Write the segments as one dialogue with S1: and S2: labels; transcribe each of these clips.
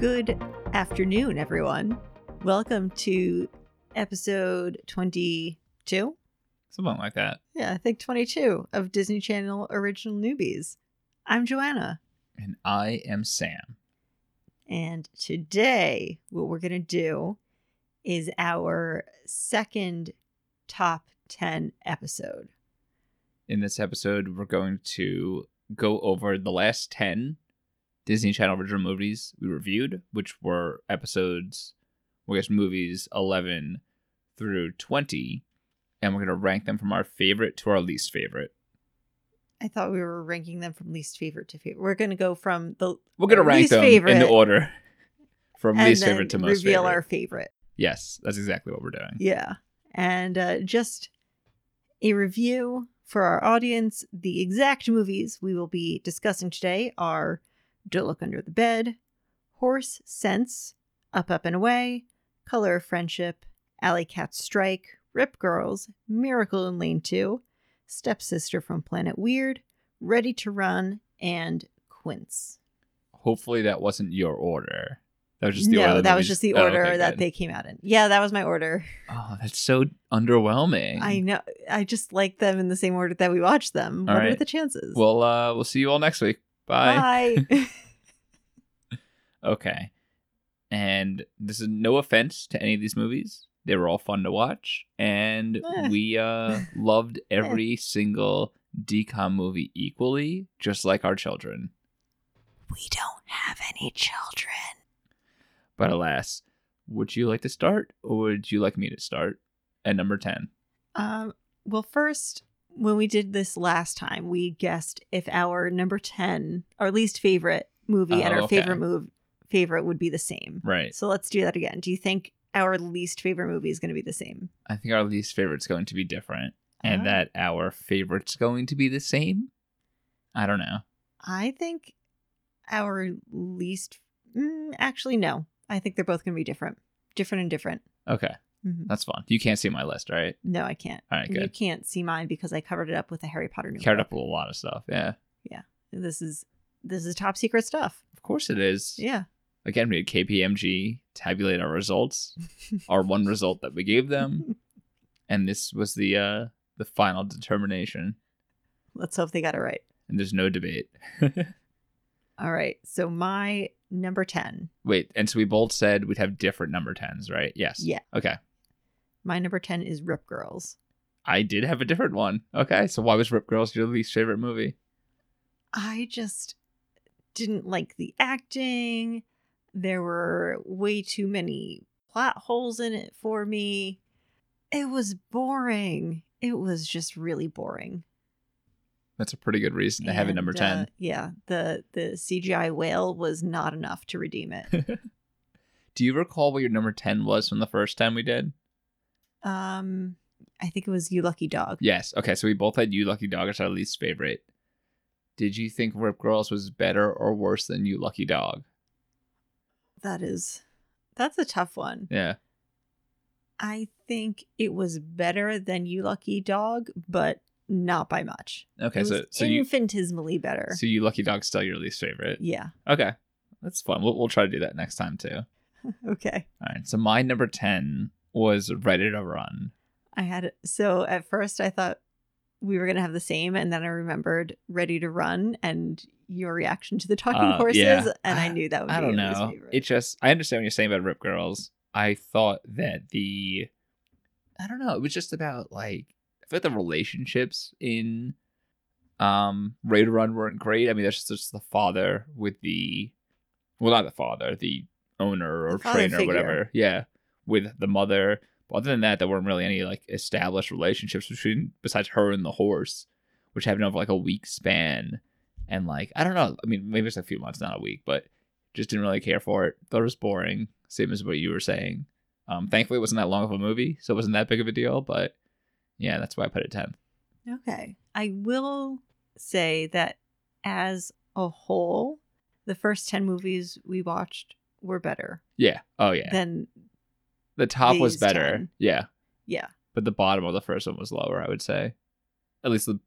S1: Good afternoon, everyone. Welcome to episode 22.
S2: Something like that.
S1: Yeah, I think 22 of Disney Channel Original Newbies. I'm Joanna,
S2: And I am Sam.
S1: and today what we're going to do is our second top 10 episode.
S2: In this episode, we're going to go over the last 10 Disney Channel original movies we reviewed, which were episodes, well, I guess movies 11 through 20. And we're going to rank them from our favorite to our least favorite.
S1: I thought we were ranking them from least favorite to favorite. We're going to go from the
S2: We're going to
S1: Our
S2: rank
S1: least
S2: them in
S1: favorite.
S2: the order from
S1: and
S2: least
S1: then
S2: favorite to most
S1: reveal
S2: favorite.
S1: our favorite.
S2: Yes, that's exactly what we're doing.
S1: Yeah. And uh, just a review for our audience. The exact movies we will be discussing today are Don't Look Under the Bed, Horse Sense, Up, Up, and Away, Color of Friendship, Alley Cat Strike, Rip Girls, Miracle in Lane 2, Stepsister from Planet Weird, Ready to Run, and Quince.
S2: Hopefully, that wasn't your order. That was just the
S1: No,
S2: order. of
S1: that was
S2: movies-
S1: just the
S2: Oh,
S1: order
S2: okay,
S1: that
S2: good.
S1: they came out in. Yeah, that was my order.
S2: Oh, that's so underwhelming.
S1: I know. I just like them in the same order that we watch them.
S2: All
S1: what are
S2: right.
S1: the chances?
S2: Well, uh, we'll see you all next week. Bye.
S1: Bye.
S2: Okay. And this is no offense to any of these movies. They were all fun to watch, and
S1: Eh.
S2: we uh, loved every single decom movie equally, just like our children.
S1: we don't have any children.
S2: But alas, would you like to start, or would you like me to start at number ten?
S1: Um. Well, first, when we did this last time, we guessed if our number ten, our least favorite movie, and
S2: Oh,
S1: our
S2: okay.
S1: favorite move favorite would be the same.
S2: Right.
S1: So let's do that again. Do you think our least favorite movie is going to be the same?
S2: I think our least favorite's going to be different, and
S1: Uh,
S2: that our favorite's going to be the same. I don't know.
S1: I think our least. Mm, actually, no. I think they're both going to be different. Different and different.
S2: Okay,
S1: Mhm.
S2: that's fun. You can't see my list, all right?
S1: No, I can't.
S2: All right,
S1: And You
S2: good.
S1: can't see mine because I covered it up with a Harry Potter notebook.
S2: Covered up with a lot of stuff. Yeah.
S1: This is this is top secret stuff.
S2: Of course it is.
S1: Yeah.
S2: Again, we had KPMG tabulate our results, our one result that we gave them, and this was the uh the final determination.
S1: Let's hope they got it right.
S2: And there's no debate.
S1: All right. So my number 10.
S2: Wait, and so we both said we'd have different number tens, right? Yes.
S1: Yeah.
S2: Okay.
S1: My number 10 is Rip Girls.
S2: I did have a different one. Okay. So why was Rip Girls your least favorite movie?
S1: I just didn't like the acting. There were way too many plot holes in it for me. It was boring. It was just really boring.
S2: That's a pretty good reason to have it number
S1: And,
S2: ten.
S1: uh, yeah, the the CGI whale was not enough to redeem it.
S2: Do you recall what your number ten was from the first time we did?
S1: um, I think it was you, lucky dog.
S2: Yes. Okay. So we both had You Lucky Dog as our least favorite. Did you think Rip Girls was better or worse than You Lucky Dog?
S1: That is, that's a tough one.
S2: Yeah.
S1: I think it was better than you, lucky dog, but not by much.
S2: Okay.
S1: it was
S2: So so you
S1: infinitesimally better.
S2: so You Lucky Dog's still your least favorite.
S1: yeah.
S2: Okay. That's fun. We'll we'll try to do that next time too.
S1: Okay.
S2: All right. So my number ten was Ready to Run.
S1: I had so at first I thought we were gonna have the same, and then I remembered Ready to Run and your reaction to the talking
S2: Uh,
S1: horses,
S2: yeah.
S1: and I knew that would
S2: I
S1: be
S2: don't
S1: your least
S2: know.
S1: favorite.
S2: It just I understand what you're saying about Rip Girls. I thought that the I don't know, it was just about like I feel like the relationships in um Raider Run weren't great. I mean that's just, just the father with the well not the father, the owner
S1: The
S2: or
S1: father
S2: trainer or
S1: figure.
S2: whatever. Yeah. With the mother. But other than that, there weren't really any like established relationships between besides her and the horse, which happened over like a week span. And like I don't know. I mean, maybe it's a few months, not a week, but just didn't really care for it. Thought it was boring, same as what you were saying. Um, thankfully, it wasn't that long of a movie, so it wasn't that big of a deal. But yeah, that's why I put it ten.
S1: Okay. I will say that as a whole, the first 10 movies we watched were better
S2: Yeah. Oh yeah.
S1: than,
S2: the top was
S1: these
S2: better.
S1: 10.
S2: Yeah,
S1: yeah.
S2: but the bottom of the first one was lower. I would say, at least the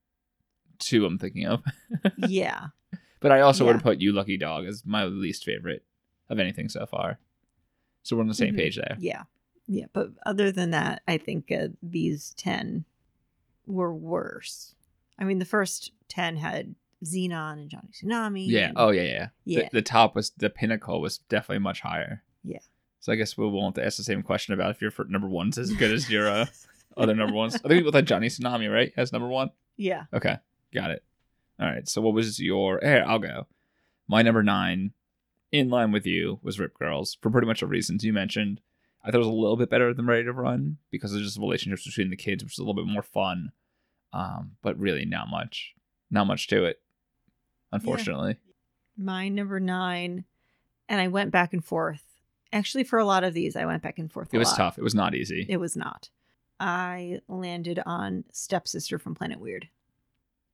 S2: two I'm thinking of.
S1: yeah.
S2: But I also would
S1: Yeah.
S2: have put You Lucky Dog as my least favorite. of anything so far. So we're on the same
S1: Mhm.
S2: page there.
S1: Yeah. Yeah. But other than that, I think uh, these 10 were worse. I mean, the first 10 had Xenon and Johnny Tsunami.
S2: Yeah.
S1: and-
S2: Oh yeah, yeah.
S1: yeah.
S2: The, the top was the pinnacle was definitely much higher.
S1: Yeah.
S2: So I guess we won't ask the same question about if your fir- number one's as good as your uh, other number ones. I think with like Johnny Tsunami, right? As number one.
S1: yeah.
S2: Okay, got it. All right. So what was your? Here, I'll go. My number nine, in line with you, was Rip Girls for pretty much the reasons you mentioned. I thought it was a little bit better than Ready to Run because there's just relationships between the kids, which is a little bit more fun. Um, but really not much, not much to it, unfortunately.
S1: My number nine. And I went back and forth. Actually, for a lot of these, I went back and forth. a
S2: It was
S1: lot.
S2: tough. It was not easy.
S1: It was not. I landed on Stepsister from Planet Weird.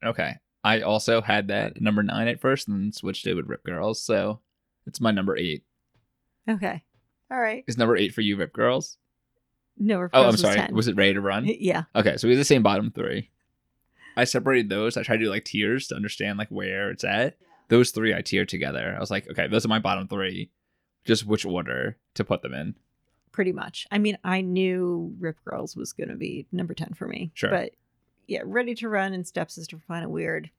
S2: Okay. I also had that number nine at first and then switched it with Rip Girls. So it's my number eight.
S1: Okay. All right.
S2: Is number eight for you, Rip Girls?
S1: No, Rip
S2: Oh,
S1: Girls
S2: I'm sorry.
S1: Was 10.
S2: Was it Ready to Run?
S1: yeah.
S2: Okay, so we have the same bottom three. I separated those. I tried to do like tiers to understand like where it's at. Those three I tiered together. I was like, okay, those are my bottom three. Just which order to put them in.
S1: pretty much. I mean, I knew Rip Girls was going to be number 10 for me.
S2: Sure.
S1: But yeah, Ready to Run and Stepsister from Planet Weird.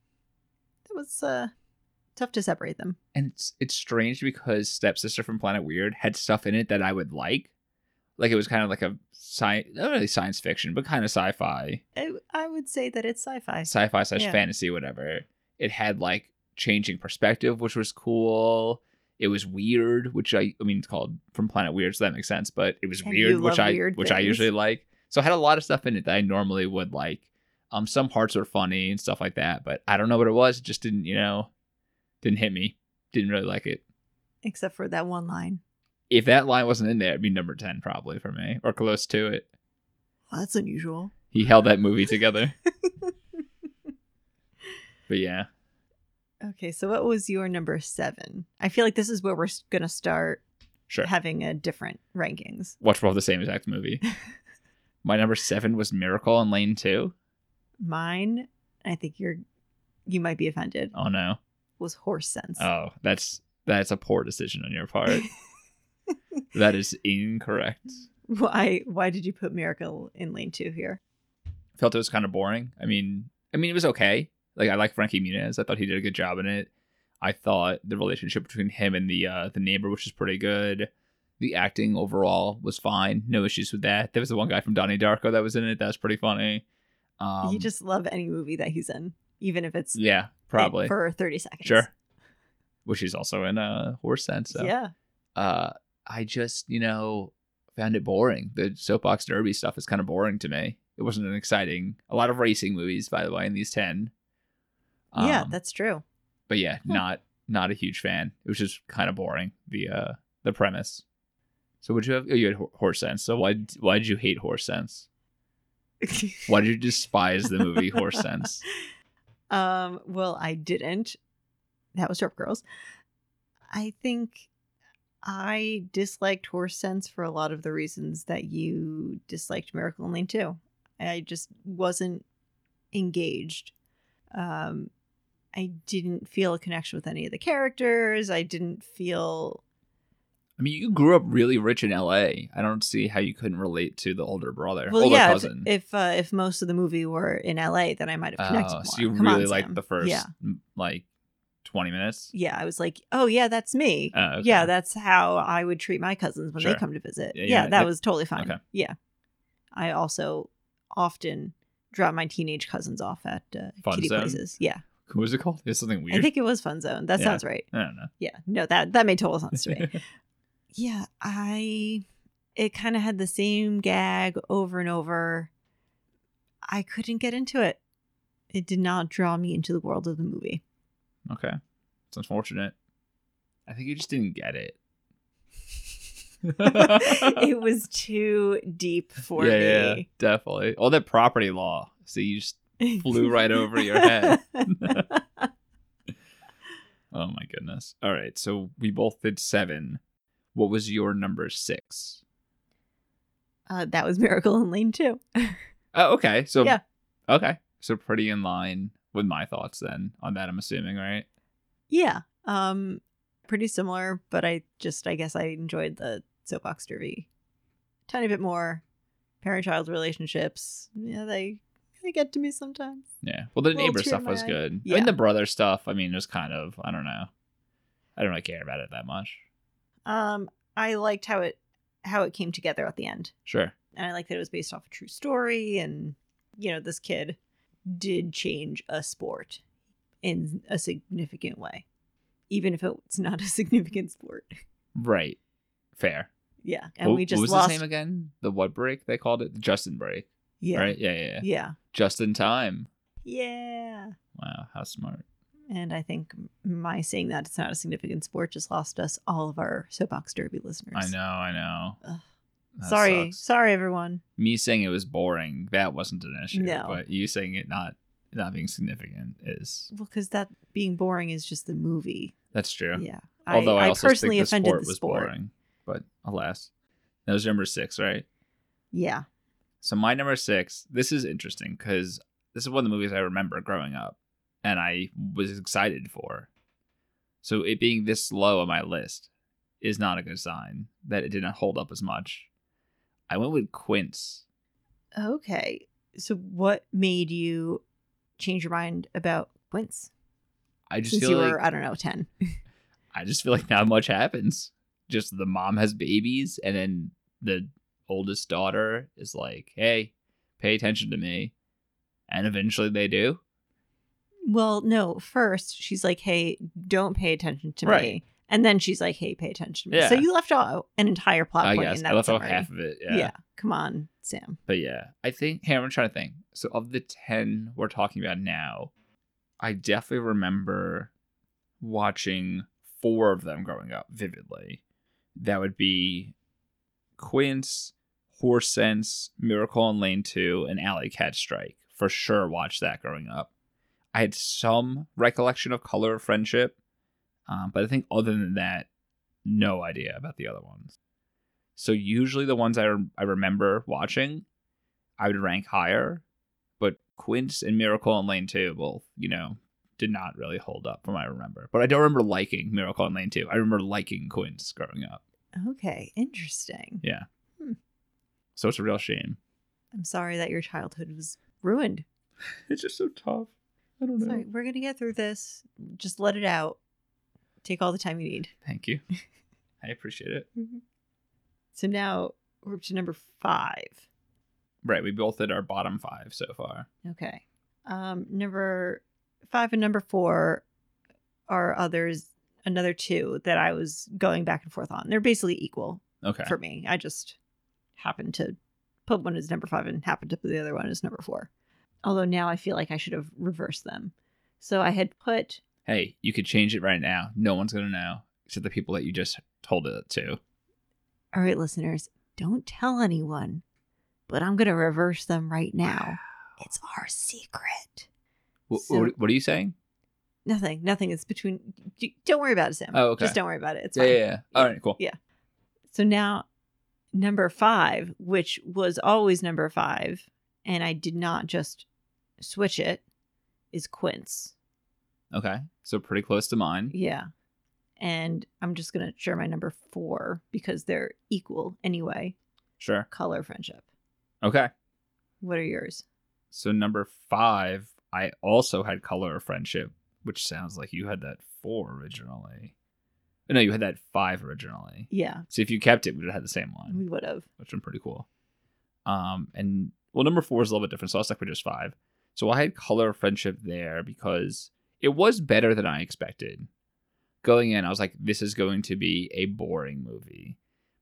S1: That was uh tough to separate them.
S2: And it's it's strange because Stepsister from Planet Weird had stuff in it that I would like. Like it was kind of like a science, not really science fiction, but kind of sci-fi.
S1: I, I would say that it's sci-fi.
S2: sci-fi slash
S1: Yeah.
S2: fantasy, whatever. It had like changing perspective, which was cool. It was weird, which I I mean it's called from Planet Weird, so that makes sense. But it was
S1: And you
S2: weird, which
S1: love
S2: I
S1: weird
S2: which I
S1: things.
S2: usually like. So it had a lot of stuff in it that I normally would like. Um, some parts are funny and stuff like that, but I don't know what it was. It just didn't, you know, didn't hit me. Didn't really like it.
S1: Except for that one line.
S2: If that line wasn't in there, it'd be number ten probably for me, or close to it.
S1: Well, that's unusual.
S2: He held that movie together. but yeah,
S1: Okay, so what was your number seven? I feel like this is where we're going to start
S2: sure.
S1: having a different rankings.
S2: watch both the same exact movie. My number seven was Miracle on Lane Two.
S1: Mine, I think you're, you might be offended,
S2: Oh no!
S1: was Horse Sense.
S2: Oh, that's that's a poor decision on your part. that is incorrect.
S1: Why? Why did you put Miracle in lane two here?
S2: Felt it was kind of boring. I mean, I mean it was okay. Like I like Frankie Muniz. I thought he did a good job in it. I thought the relationship between him and the uh, the neighbor, which is pretty good. The acting overall was fine. No issues with that. There was the one guy from Donnie Darko that was in it. That was pretty funny. Um,
S1: you just love any movie that he's in, even if it's
S2: yeah, probably
S1: for thirty seconds.
S2: Sure. Which is also in a horse sense. So.
S1: Yeah.
S2: Uh, I just, you know, found it boring. The soapbox derby stuff is kind of boring to me. It wasn't an exciting. A lot of racing movies, by the way, in these ten.
S1: yeah,
S2: Um,
S1: that's true.
S2: But yeah, not not a huge fan. It was just kind of boring. The uh the premise. So would you have? Oh, you had Hor- horse sense. So why why did you hate horse sense? Why did you despise the movie horse sense?
S1: um. Well, I didn't. That was Rip Girls. I think I disliked Horse Sense for a lot of the reasons that you disliked Miracle in Lane Two. I just wasn't engaged. Um, I didn't feel a connection with any of the characters. I didn't feel
S2: I mean, you grew up really rich in L.A. I don't see how you couldn't relate to the older brother,
S1: Well,
S2: older
S1: yeah. if-
S2: cousin.
S1: If if, uh, if most of the movie were in L.A., then I might have connected
S2: Oh,
S1: more.
S2: so you
S1: Come on,
S2: really like
S1: Sam.
S2: the first
S1: Yeah,
S2: m- like twenty minutes.
S1: yeah. I was like, oh yeah, that's me.
S2: Oh, okay.
S1: Yeah, that's how I would treat my cousins when
S2: Sure.
S1: they come to visit.
S2: Yeah,
S1: Yeah,
S2: you might-
S1: that
S2: yeah.
S1: was totally fine.
S2: Okay.
S1: Yeah, I also often drop my teenage cousins off at uh,
S2: Fun
S1: kitty
S2: zone?
S1: places. Yeah,
S2: What was it called? It's something weird.
S1: I think it was Fun Zone. That
S2: Yeah.
S1: sounds right.
S2: I don't know.
S1: Yeah, no, that that made total sense to me. yeah, I it kind of had the same gag over and over. I couldn't get into it. It did not draw me into the world of the movie.
S2: okay, it's unfortunate. I think you just didn't get it.
S1: it was too deep for
S2: yeah, yeah,
S1: me.
S2: definitely. All that property law. So you just Flew right over your head. oh my goodness. All right, so we both did seven. What was your number six?
S1: uh, that was Miracle in Lane 2.
S2: Oh, okay. So
S1: Yeah.
S2: okay. So pretty in line with my thoughts then on that. I'm assuming, right?
S1: Yeah. Um pretty similar, but I just I guess I enjoyed the soapbox derby tiny bit more. Parent child relationships, yeah, they they get to me sometimes.
S2: Yeah. Well, the
S1: Little
S2: neighbor
S1: tear
S2: stuff
S1: in my
S2: was
S1: eye.
S2: good. I
S1: Yeah.
S2: mean, the brother stuff. I mean, it was kind of. I don't know. I don't really care about it that much.
S1: Um, I liked how it how it came together at the end,
S2: Sure.
S1: and I liked that it was based off a true story, and you know this kid did change a sport in a significant way, even if it's not a significant sport.
S2: Right. Fair.
S1: Yeah, and
S2: What-
S1: we just
S2: what was
S1: lost.
S2: his name again? The what break they called it? The Justin break.
S1: yeah,
S2: Right. Yeah, yeah. Yeah.
S1: yeah,
S2: Just in time.
S1: yeah.
S2: Wow. How smart.
S1: And I think my saying that it's not a significant sport just lost us all of our soapbox derby listeners.
S2: I know. I know.
S1: Ugh.
S2: That
S1: sorry,
S2: sucks.
S1: sorry everyone.
S2: Me saying it was boring. That wasn't an issue.
S1: No.
S2: But you saying it not not being significant is
S1: Well, because that being boring is just the movie.
S2: that's true.
S1: Yeah.
S2: Although I, also personally think the sport was boring. But alas, that was number six, right?
S1: Yeah.
S2: So my number six. This is interesting because this is one of the movies I remember growing up, and I was excited for. So it being this low on my list is not a good sign that it did not hold up as much. I went with Quince.
S1: Okay. So what made you change your mind about Quince?
S2: I just
S1: Since
S2: feel
S1: you
S2: like
S1: were, I don't know, ten.
S2: I just feel like not much happens. Just the mom has babies, and then the oldest daughter is like, "Hey, pay attention to me," and eventually they do.
S1: Well, no, first she's like, Hey, don't pay attention to
S2: Right.
S1: me. And then she's like, Hey, pay attention to me. So
S2: Yeah.
S1: you left out an entire plot
S2: I
S1: point
S2: guess
S1: in
S2: I
S1: that
S2: left off
S1: summary.
S2: half of it.
S1: yeah. Come on, Sam.
S2: But yeah, I think here I'm trying to think. So of the ten we're talking about now, I definitely remember watching four of them growing up vividly. That would be Quince, Horse Sense, Miracle on Lane Two, and Alley Cat Strike. For sure, watched that growing up. I had some recollection of Color of Friendship, um, but I think other than that, no idea about the other ones. So usually the ones I, rem- I remember watching, I would rank higher. But Quince and Miracle in Lane 2 both, you know, did not really hold up from what I remember. But I don't remember liking Miracle in Lane 2. I remember liking Quince growing up.
S1: Okay, interesting.
S2: Yeah.
S1: Hmm.
S2: So it's a real shame.
S1: I'm sorry that your childhood was ruined.
S2: It's just so tough. I don't
S1: Sorry, we're gonna get through this. Just let it out. Take all the time you need.
S2: Thank you. I appreciate it.
S1: So now we're up to number five.
S2: Right, we both did our bottom five so far.
S1: Okay. Um, number five and number four are others. Another two that I was going back and forth on. They're basically equal
S2: Okay.
S1: for me. I just happened to put one as number five and happened to put the other one as number four. Although now I feel like I should have reversed them. So I had put
S2: hey, you could change it right now. No one's gonna know except the people that you just told it to.
S1: All right, listeners, don't tell anyone, but I'm going to reverse them right now. It's our secret.
S2: Wh-
S1: So-
S2: what, what are you saying?
S1: Nothing. Nothing is between. d- Don't worry about it, Sam.
S2: Oh, okay.
S1: Just don't worry about it. It's
S2: Yeah,
S1: fine.
S2: yeah, yeah. All right, cool.
S1: Yeah. So now, number five, which was always number five, and I did not just switch it, is Quince.
S2: Okay. So pretty close to mine.
S1: Yeah. And I'm just going to share my number four because they're equal anyway.
S2: Sure.
S1: Color friendship.
S2: Okay.
S1: What are yours?
S2: So number five, I also had Color of Friendship, which sounds like you had that four originally. No, you had that five originally.
S1: Yeah,
S2: So if you kept it, we'd have had the same
S1: we
S2: one,
S1: would have.
S2: which I'm pretty cool. Um, and well, number four is a little bit different, so I'll stick with just five. So I had Color of Friendship there because it was better than I expected. Going in, I was like, this is going to be a boring movie.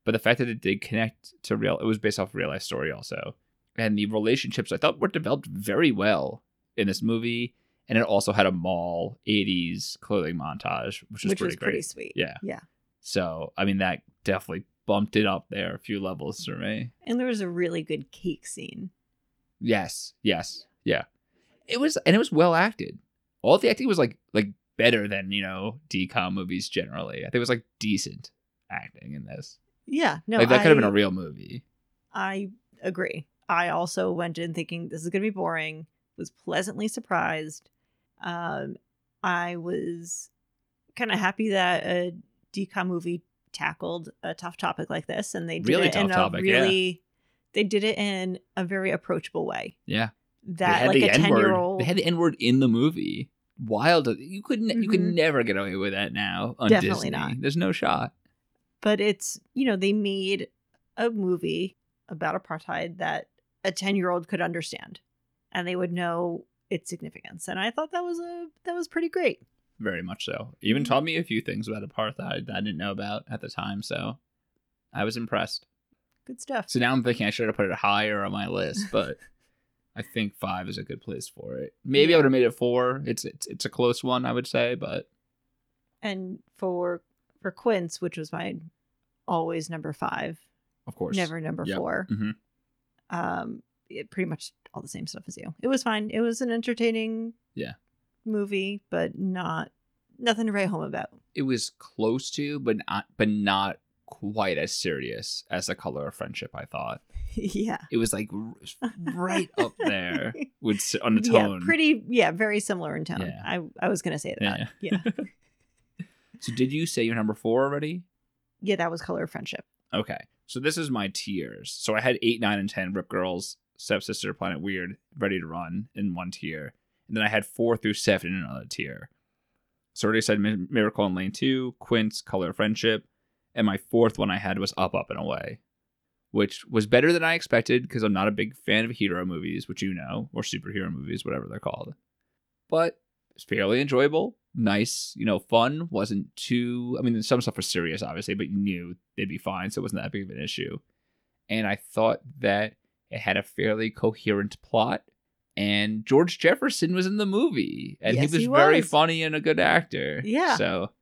S2: But the fact that it did connect to real, it was based off a real life story also. And the relationships I thought were developed very well in this movie. And it also had a mall 80s clothing montage, which is
S1: which
S2: pretty
S1: was
S2: great.
S1: pretty sweet.
S2: Yeah.
S1: Yeah.
S2: So, I mean, that definitely bumped it up there a few levels for me.
S1: And there was a really good cake scene.
S2: Yes, yes, yeah. It was, and it was well acted. All the acting was like, like better than you know decom movies generally. I think it was like decent acting in this.
S1: Yeah. No,
S2: like that
S1: I,
S2: could have been a real movie.
S1: I agree. I also went in thinking this is going to be boring, was pleasantly surprised. Um, I was kind of happy that a DCA movie tackled a tough topic like this, and they did
S2: Really
S1: it
S2: tough
S1: in
S2: topic,
S1: a
S2: yeah.
S1: really they did it in a very approachable way.
S2: Yeah.
S1: That like
S2: the
S1: a ten
S2: N-word-
S1: year old
S2: They had the N word in the movie. Wild. You couldn't. You could
S1: Mhm.
S2: never get away with that now. On
S1: Definitely
S2: Disney.
S1: not.
S2: There's no shot.
S1: but it's you know they made a movie about apartheid that a 10 year old could understand and they would know its significance and i thought that was a that was pretty great
S2: Very much so.
S1: Mm-hmm.
S2: Even taught me a few things about apartheid that I didn't know about at the time. So, I was impressed.
S1: good stuff
S2: So now I'm thinking I should have put it higher on my list, but I think five is a good place for it. Maybe I would have made it four. It's it's it's a close one, I would say, but
S1: and for for quince which was my always number five
S2: of course,
S1: never number
S2: Yep.
S1: four
S2: Mhm.
S1: um it pretty much all the same stuff as you it was fine it was an entertaining
S2: Yeah.
S1: movie but not nothing to write home about
S2: It was close to, but not but not quite as serious as the color of friendship. I thought
S1: yeah
S2: it was like r- right up there with s- on the
S1: Yeah,
S2: tone.
S1: pretty. uh, Yeah, very similar in tone.
S2: Yeah.
S1: I I was gonna say that.
S2: Yeah.
S1: Yeah, yeah,
S2: So did you say your number four already?
S1: that was color of friendship.
S2: Okay. So this is my tiers. So I had eight, nine, and ten Rip Girls, Stepsister, Planet Weird, Ready to Run in one tier. And then I had four through seven in another tier. So I already said Mi- Miracle in Lane 2, Quince, Color of Friendship. And my fourth one I had was Up, Up, and Away, which was better than I expected because I'm not a big fan of hero movies, which you know, or superhero movies, whatever they're called. But it's fairly enjoyable, nice, you know, fun. Wasn't too. I mean, some stuff was serious, obviously, but you knew they'd be fine, so it wasn't that big of an issue. And I thought that it had a fairly coherent plot. And George Jefferson was in the movie, and
S1: Yes,
S2: he, was
S1: he
S2: very
S1: was.
S2: funny and a good actor.
S1: Yeah.
S2: So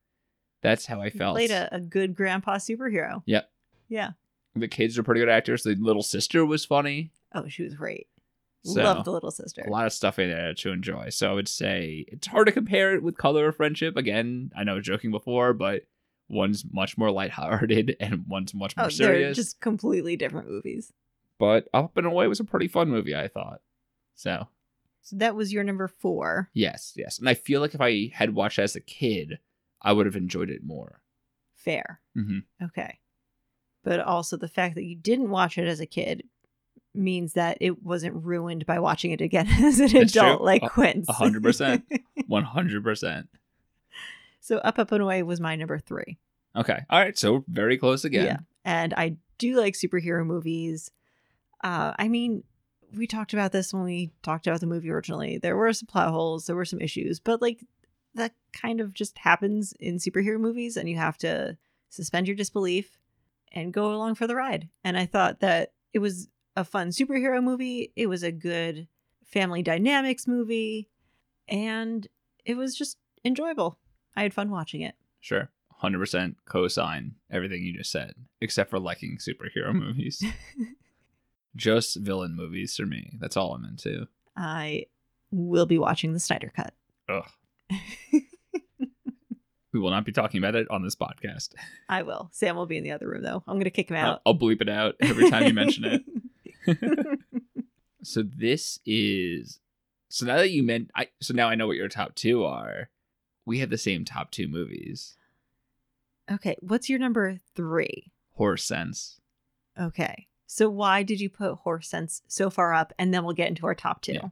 S2: that's how I
S1: He
S2: felt.
S1: Played a, a good grandpa superhero.
S2: Yep.
S1: Yeah.
S2: The kids are pretty good actors. The little sister was funny.
S1: Oh, she was great.
S2: So-
S1: Loved the little sister.
S2: a lot of stuff in there to enjoy. So I would say it's hard to compare it with Color of Friendship. Again, I know I was joking before, but one's much more lighthearted and one's much more
S1: Oh, they're
S2: serious.
S1: just completely different movies.
S2: But Up and Away was a pretty fun movie, I thought. So
S1: So that was your number four.
S2: yes, yes, and I feel like if I had watched it as a kid, I would have enjoyed it more.
S1: Fair.
S2: hmm
S1: Okay. But also the fact that you didn't watch it as a kid means that it wasn't ruined by watching it again as an
S2: That's true.
S1: adult, like
S2: A-
S1: Quince.
S2: a hundred percent. One hundred percent.
S1: so up, up and away was my number three.
S2: Okay, all right. So very close again.
S1: Yeah. And I do like superhero movies. Uh, I mean, we talked about this when we talked about the movie originally. There were some plot holes, there were some issues, but like that kind of just happens in superhero movies, and you have to suspend your disbelief and go along for the ride. And I thought that it was a fun superhero movie, it was a good family dynamics movie, and it was just enjoyable. I had fun watching it.
S2: Sure. 100% co-sign everything you just said, except for liking superhero movies. just villain movies for me. That's all I'm into.
S1: I will be watching the Snyder Cut.
S2: Ugh. We will not be talking about it on this podcast.
S1: I will. Sam will be in the other room though. I'm gonna kick him
S2: I'll,
S1: out
S2: I'll bleep it out every time you mention it. So this is so now that you meant I so now I know what your top 2 are. We have the same top 2 movies.
S1: okay, what's your number three?
S2: Horror Sense.
S1: Okay, so why did you put Horse Sense so far up, and then we'll get into our top two?
S2: Yeah.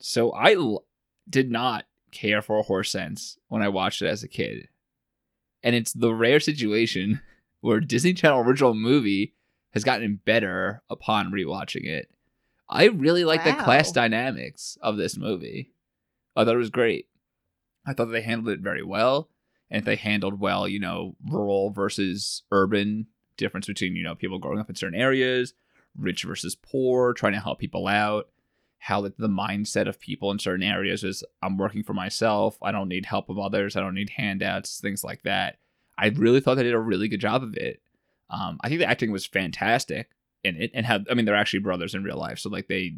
S2: So I l- did not care for Horse Sense when I watched it as a kid. And it's the rare situation where a Disney Channel original movie has gotten better upon rewatching it. I really like the
S1: Wow.
S2: class dynamics of this movie. I thought it was great. I thought they handled it very well. And if they handled well, you know, rural versus urban difference between, you know, people growing up in certain areas, rich versus poor, trying to help people out how the, the mindset of people in certain areas is I'm working for myself. I don't need help of others. I don't need handouts, things like that. I really thought they did a really good job of it. Um, I think the acting was fantastic in it, and how I mean they're actually brothers in real life, so like they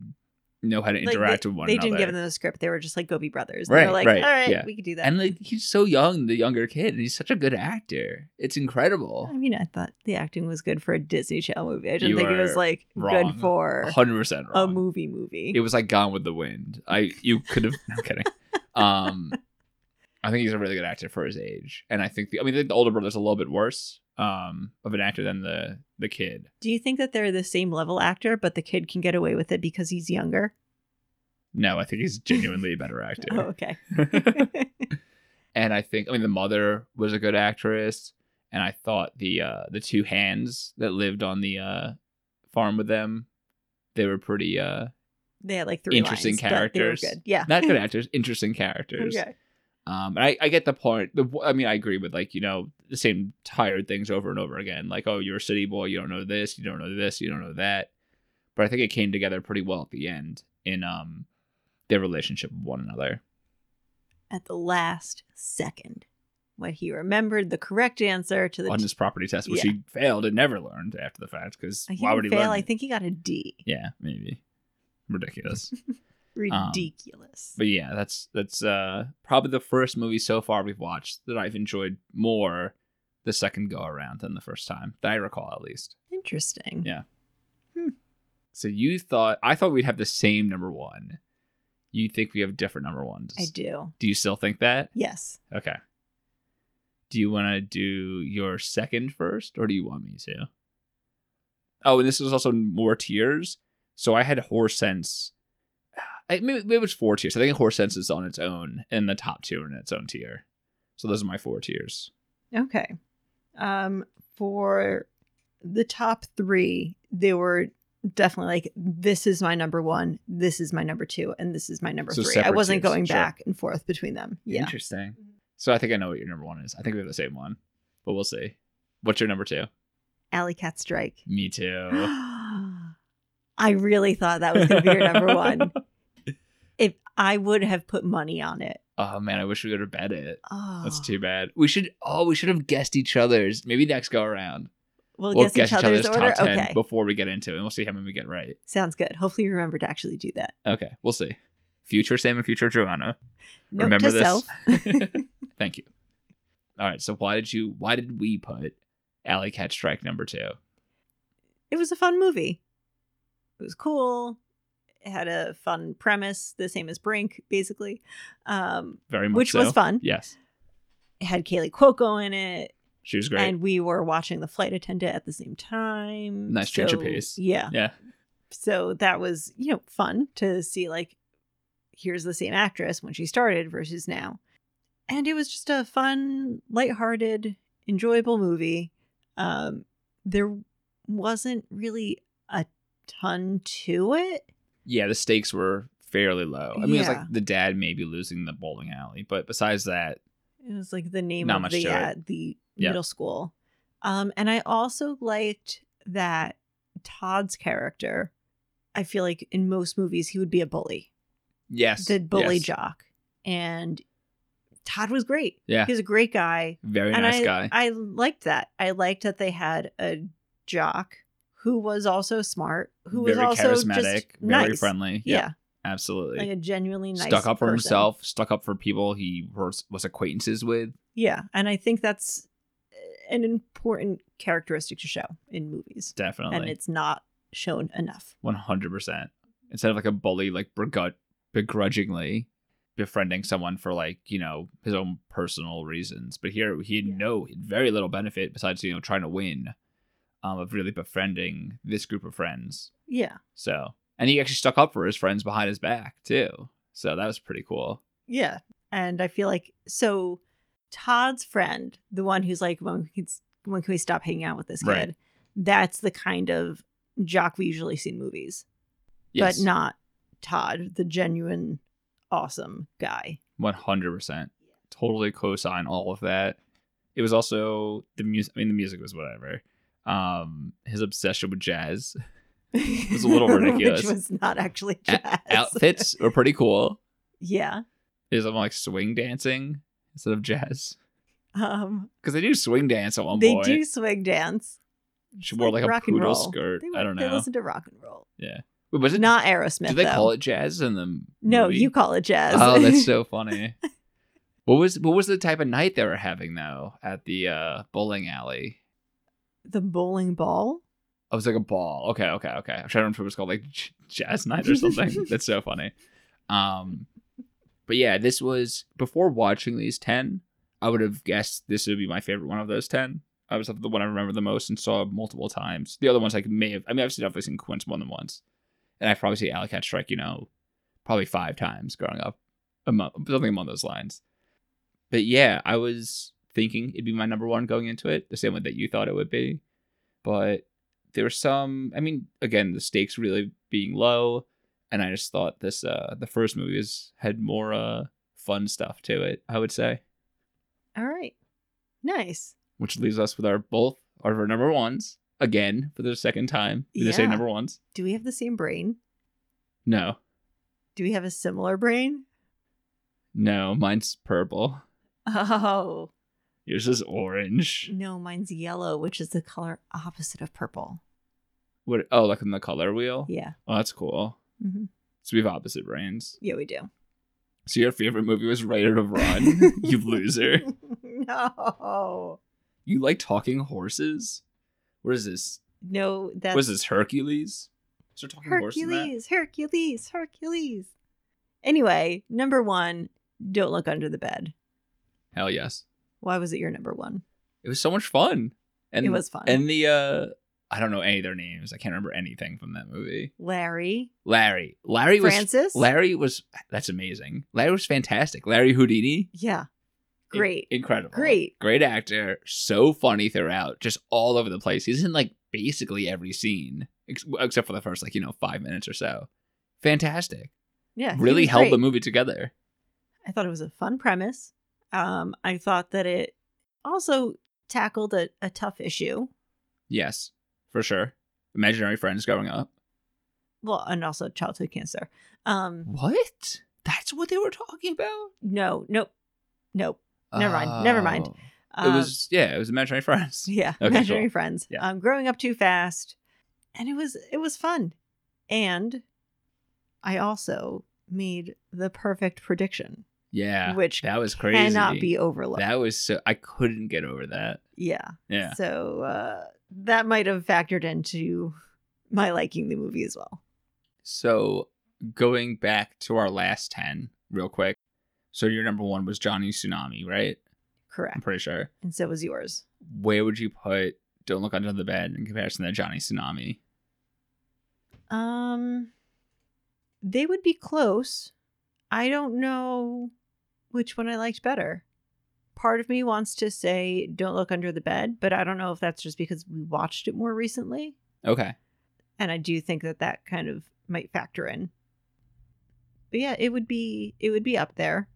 S2: know how to
S1: Like,
S2: interact
S1: they,
S2: with one
S1: They
S2: another.
S1: didn't give them the script. They were just like, "Go be brothers." They
S2: Right,
S1: were like,
S2: right,
S1: "All right,
S2: yeah.
S1: we could do that."
S2: and like he's so young, the younger kid, and he's such a good actor. It's incredible.
S1: I mean, I thought the acting was good for a Disney Channel movie. I didn't
S2: You
S1: think it
S2: are
S1: was like
S2: wrong.
S1: good for
S2: Hundred percent
S1: a
S2: wrong.
S1: movie movie.
S2: It was like Gone with the Wind. I you could have. no, I'm kidding. Um, I think he's a really good actor for his age, and I think the, I mean I think the older brother's a little bit worse um, of an actor than the the kid.
S1: Do you think that they're the same level actor, but the kid can get away with it because he's younger?
S2: No, I think he's genuinely a better actor.
S1: Oh, okay.
S2: and I think I mean the mother was a good actress, and I thought the uh, the two hands that lived on the uh, farm with them, they were pretty uh,
S1: they had like three
S2: Interesting
S1: lines, but they were
S2: characters.
S1: good. Yeah.
S2: not good actors, interesting characters.
S1: okay.
S2: Um, and I, I get the point. The, I mean, I agree with like you know the same tired things over and over again. Like, oh, you're a city boy, you don't know this, you don't know this, you don't know that. But I think it came together pretty well at the end in um their relationship with one another.
S1: At the last second, when he remembered the correct answer to the
S2: on his property test, which
S1: Yeah.
S2: he failed and never learned after the fact. Because
S1: I think
S2: why would he
S1: fail.
S2: learn?
S1: I
S2: it?
S1: think he got a D.
S2: Yeah, maybe ridiculous.
S1: Ridiculous.
S2: but yeah, that's that's uh probably the first movie so far we've watched that I've enjoyed more the second go around than the first time that I recall at least.
S1: Interesting.
S2: Yeah. So you thought I thought we'd have the same number one. You think we have different number ones.
S1: I do.
S2: Do you still think that?
S1: Yes.
S2: Okay. Do you want to do your second first, or do you want me to? Oh, and this is also more tiers. So I had horse sense. I, maybe, maybe it was four tiers. I think horse sense is on its own, and the top two are in its own tier. So those are my four tiers.
S1: Okay. Um, for the top three, they were definitely like, this is my number one, this is my number two, and this is my number
S2: So
S1: three. I
S2: separate
S1: wasn't
S2: tiers,
S1: going
S2: sure.
S1: back and forth between them. Yeah.
S2: Interesting. So I think I know what your number one is. I think we have the same one, but we'll see. What's your number two?
S1: Alley Cat Strike.
S2: Me too. Uh-huh.
S1: I really thought that was going to be your number one. If I would have put money on it.
S2: Oh man, I wish we could have bet it.
S1: Oh.
S2: That's too bad. We should. Oh, we should have guessed each other's. Maybe next go around.
S1: We'll,
S2: we'll
S1: guess, each other's, order.
S2: top ten
S1: Okay.
S2: before we get into it. and We'll see how many we get right.
S1: Sounds good. Hopefully, you remember to actually do that.
S2: Okay, we'll see. Future Sam and future Joanna.
S1: Note
S2: Remember
S1: to
S2: this.
S1: self.
S2: Thank you. All right. So why did you? Why did we put Alley Cat Strike number two?
S1: It was a fun movie. It was cool. It had a fun premise, the same as Brink, basically, um,
S2: Very much.
S1: which
S2: so.
S1: was fun.
S2: Yes,
S1: It had Kaylee Cuoco in it,
S2: she was great.
S1: and we were watching The Flight Attendant at the same time.
S2: Nice change of pace.
S1: Yeah.
S2: yeah,
S1: so that was you know fun to see like here's the same actress when she started versus now and it was just a fun lighthearted enjoyable movie um there wasn't really a ton to it
S2: yeah. The stakes were fairly low. I mean, it's
S1: Yeah.
S2: like the dad maybe losing the bowling alley, but besides that,
S1: it was like the name
S2: Not
S1: of
S2: much
S1: the
S2: to
S1: uh, the
S2: Yeah.
S1: middle school um and i also liked that todd's character i feel like in most movies he would be a bully
S2: yes,
S1: the bully
S2: yes.
S1: jock and todd was great
S2: Yeah,
S1: he was a great guy
S2: very
S1: and
S2: nice
S1: I,
S2: guy.
S1: I liked that i liked that they had a jock who was also smart who was
S2: very
S1: also just
S2: charismatic, very
S1: nice.
S2: friendly.
S1: yeah,
S2: absolutely.
S1: like a genuinely nice
S2: stuck up for
S1: person.
S2: himself, stuck up for people he was, was acquaintances with.
S1: yeah and i think that's uh, an important characteristic to show in movies and
S2: Definitely,
S1: it's not shown enough
S2: one hundred percent. Instead of like a bully, like begrud- begrudgingly befriending someone for like you know his own personal reasons, but here he had
S1: Yeah.
S2: no he had very little benefit besides you know trying to win, um, of really befriending this group of friends.
S1: yeah
S2: So, and he actually stuck up for his friends behind his back too. So that was pretty cool.
S1: yeah and i feel like so todd's friend the one who's like when can, when can we stop hanging out with this kid
S2: Right.
S1: that's the kind of jock we usually see in movies
S2: Yes,
S1: but not Todd, the genuine awesome guy.
S2: One hundred percent. Totally co-sign all of that. It was also the music. I mean, the music was whatever. Um, his obsession with jazz
S1: It
S2: was a little ridiculous.
S1: Which was not actually jazz.
S2: A- outfits were pretty cool.
S1: yeah.
S2: Is some like swing dancing instead of jazz
S1: Um,
S2: because they do swing dance at one
S1: they
S2: point.
S1: do swing dance.
S2: She
S1: It's
S2: wore like, a
S1: rock and
S2: poodle
S1: roll.
S2: skirt.
S1: They,
S2: I don't
S1: They
S2: know.
S1: listen to rock and roll.
S2: Wait, was it?
S1: Not Aerosmith.
S2: do they
S1: though.
S2: call it jazz in the
S1: No,
S2: movie?
S1: you call it jazz.
S2: Oh, that's so funny. what was what was the type of night they were having though at the uh, bowling alley?
S1: the bowling ball.
S2: Oh, it was like a ball. Okay, okay, okay. I'm trying to remember if it was called like J- Jazz Night or something. That's so funny. Um, But yeah, this was before watching these ten. I would have guessed this would be my favorite one of those ten. I was the one I remember the most and saw multiple times. The other ones I may have. I mean, I've definitely seen Quince more than once, and I've probably seen Alley Cat Strike. You know, probably five times growing up, among, something among those lines. But yeah, I was thinking it'd be my number one going into it, the same way that you thought it would be. But there were some. I mean, again, the stakes really being low, and I just thought this uh the first movie was, had more uh fun stuff to it. I would say,
S1: All right. Nice.
S2: which leaves us with our both of our number ones again for the second time. Did they say
S1: Yeah.
S2: number ones?
S1: Do we have the same brain?
S2: No,
S1: Do we have a similar brain?
S2: no, mine's purple.
S1: Oh,
S2: Yours is orange.
S1: no, mine's yellow, which is the color opposite of purple.
S2: What? Oh, like in the color wheel.
S1: Yeah.
S2: Oh, that's cool.
S1: hmm
S2: So we have opposite brains.
S1: Yeah, we do.
S2: So your favorite movie was Right Out of Run. you loser.
S1: no.
S2: You like talking horses? What is this?
S1: No, that's
S2: What is this Hercules? Is there talking horse in that?
S1: Hercules, Hercules, Hercules. Anyway, number one, don't look under the bed.
S2: Hell yes.
S1: Why was it your number one?
S2: It was so much fun. And
S1: It was fun.
S2: And the uh I don't know any of their names. I can't remember anything from that movie.
S1: Larry,
S2: Larry. Larry was
S1: Francis?
S2: Larry was that's amazing. Larry was fantastic. Larry Houdini.
S1: Yeah.
S2: in-
S1: Great.
S2: incredible.
S1: Great.
S2: Great actor. So funny throughout. Just all over the place. He's in like basically every scene ex- except for the first like, you know, 5 minutes or so. Fantastic.
S1: Yeah. he
S2: really
S1: was
S2: held
S1: great.
S2: the movie together.
S1: I thought it was a fun premise. Um, I thought that it also tackled a, a tough issue.
S2: Yes, for sure. Imaginary friends growing up.
S1: Well, and also childhood cancer.
S2: Mm-hmm.
S1: Um,
S2: What? That's what they were talking about?
S1: no, nope, nope. Never mind, never mind.
S2: Oh.
S1: Um,
S2: it was yeah, it was imaginary friends.
S1: yeah,
S2: cool.
S1: imaginary friends.
S2: Yeah.
S1: Um, growing up too fast, and it was it was fun, and I also made the perfect prediction,
S2: Yeah,
S1: which
S2: that was crazy.
S1: cannot be overlooked.
S2: That was so I couldn't get over that.
S1: yeah.
S2: Yeah,
S1: So uh, that might have factored into my liking the movie as well.
S2: So going back to our last ten, real quick. So your number one was Johnny Tsunami, right? I'm
S1: Correct.
S2: pretty sure.
S1: And so was yours.
S2: Where would you put Don't Look Under the Bed in comparison to Johnny Tsunami?
S1: Um, they would be close. I don't know which one I liked better. Part of me wants to say "Don't look under the bed," but I don't know if that's just because we watched it more recently,
S2: Okay.
S1: and I do think that that kind of might factor in. But yeah, it would be it would be up there.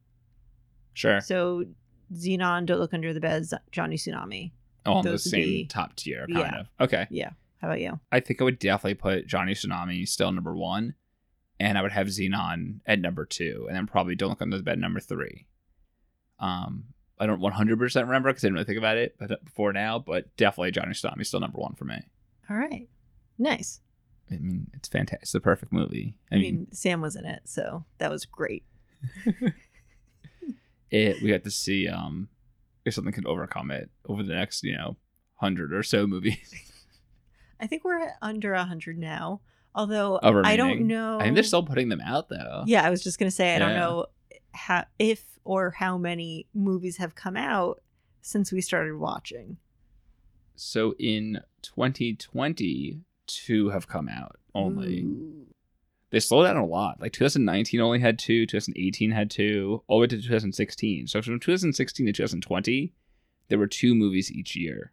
S2: Sure.
S1: So Xenon, "Don't Look Under the Bed," Z- Johnny Tsunami.
S2: On the
S1: those would
S2: same
S1: be-
S2: top tier, kind
S1: yeah.
S2: of. Okay.
S1: How about you?
S2: I think I would definitely put Johnny Tsunami still number one, and I would have Xenon at number two, and then probably Don't Look Under the Bed number three. Um, I don't 100% remember because I didn't really think about it but- before now, but definitely Johnny Tsunami still number one for me.
S1: All right, nice.
S2: I mean, it's fantastic. It's the perfect movie. I
S1: I mean,
S2: mean,
S1: Sam was in it, so that was great.
S2: it. We got to see um if something can overcome it over the next you know hundred or so movies.
S1: I think we're at under 100 now. Although
S2: Of
S1: I don't
S2: remaining.
S1: know.
S2: I think they're still putting them out though.
S1: Um, Yeah, I was just going to say, I don't
S2: Yeah.
S1: know how, if or how many movies have come out since we started watching.
S2: So in 2020, two have come out only.
S1: Ooh.
S2: they slowed down a lot. Like 2019 only had two, 2018 had two, all the way to 2016. So from 2016 to 2020, there were two movies each year.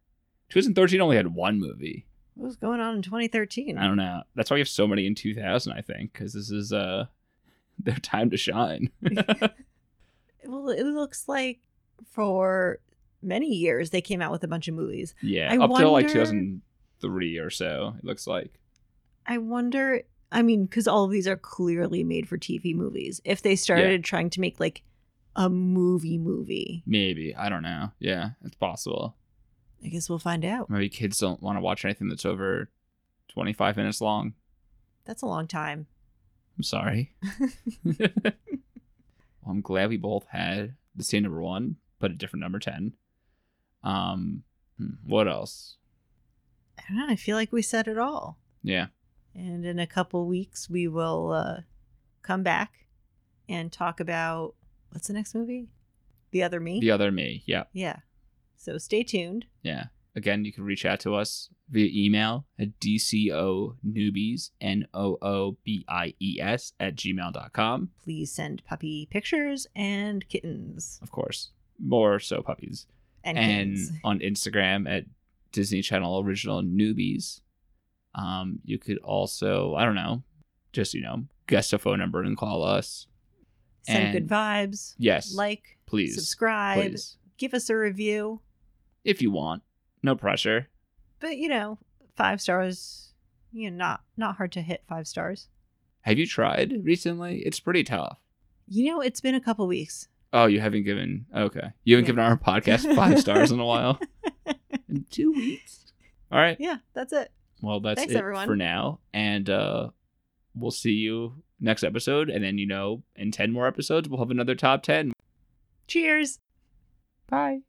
S2: 2013 only had one movie.
S1: What was going on in 2013?
S2: I don't know. That's why we have so many in 2000, I think, because this is uh their time to shine.
S1: Well, it looks like for many years they came out with a bunch of movies.
S2: yeah,
S1: I
S2: up till like
S1: wonder-
S2: 2003 or so, it looks like.
S1: I wonder, I mean, because all of these are clearly made for TV movies. If they started trying to make like a movie movie,
S2: Maybe I don't know. Yeah, it's possible.
S1: I guess we'll find out.
S2: Maybe kids don't want to watch anything that's over 25 minutes long.
S1: That's a long time.
S2: I'm sorry. well, I'm glad we both had the same number one, but a different number ten. Um, hmm, what else?
S1: I don't know. I feel like we said it all.
S2: Yeah,
S1: And in a couple weeks, we will uh, come back and talk about what's the next movie? The Other Me?
S2: The other me. Yeah.
S1: Yeah. So stay tuned.
S2: Yeah. Again, you can reach out to us via email at DCO newbies, N O O B I E S, at gmail.com.
S1: Please send puppy pictures and kittens.
S2: Of course, more so puppies.
S1: And,
S2: and
S1: kittens.
S2: on Instagram at Disney Channel Original Newbies. Um, you could also, I don't know, just, you know, guess a phone number and call us.
S1: Send
S2: and-
S1: good vibes.
S2: Yes.
S1: Like,
S2: please.
S1: subscribe,
S2: Please.
S1: give us a review.
S2: If you want. No pressure.
S1: But you know, five stars, you know, not not hard to hit five stars.
S2: Have you tried recently? It's pretty tough.
S1: You know, it's been a couple weeks.
S2: Oh, you haven't given. Okay. You haven't
S1: Yeah.
S2: given our podcast five stars in a while. In two weeks. All right.
S1: Yeah, that's it.
S2: Well, that's
S1: Thanks,
S2: it
S1: everyone.
S2: for now. And uh, we'll see you next episode. And then, you know, in 10 more episodes, we'll have another top 10.
S1: Cheers.
S2: Bye.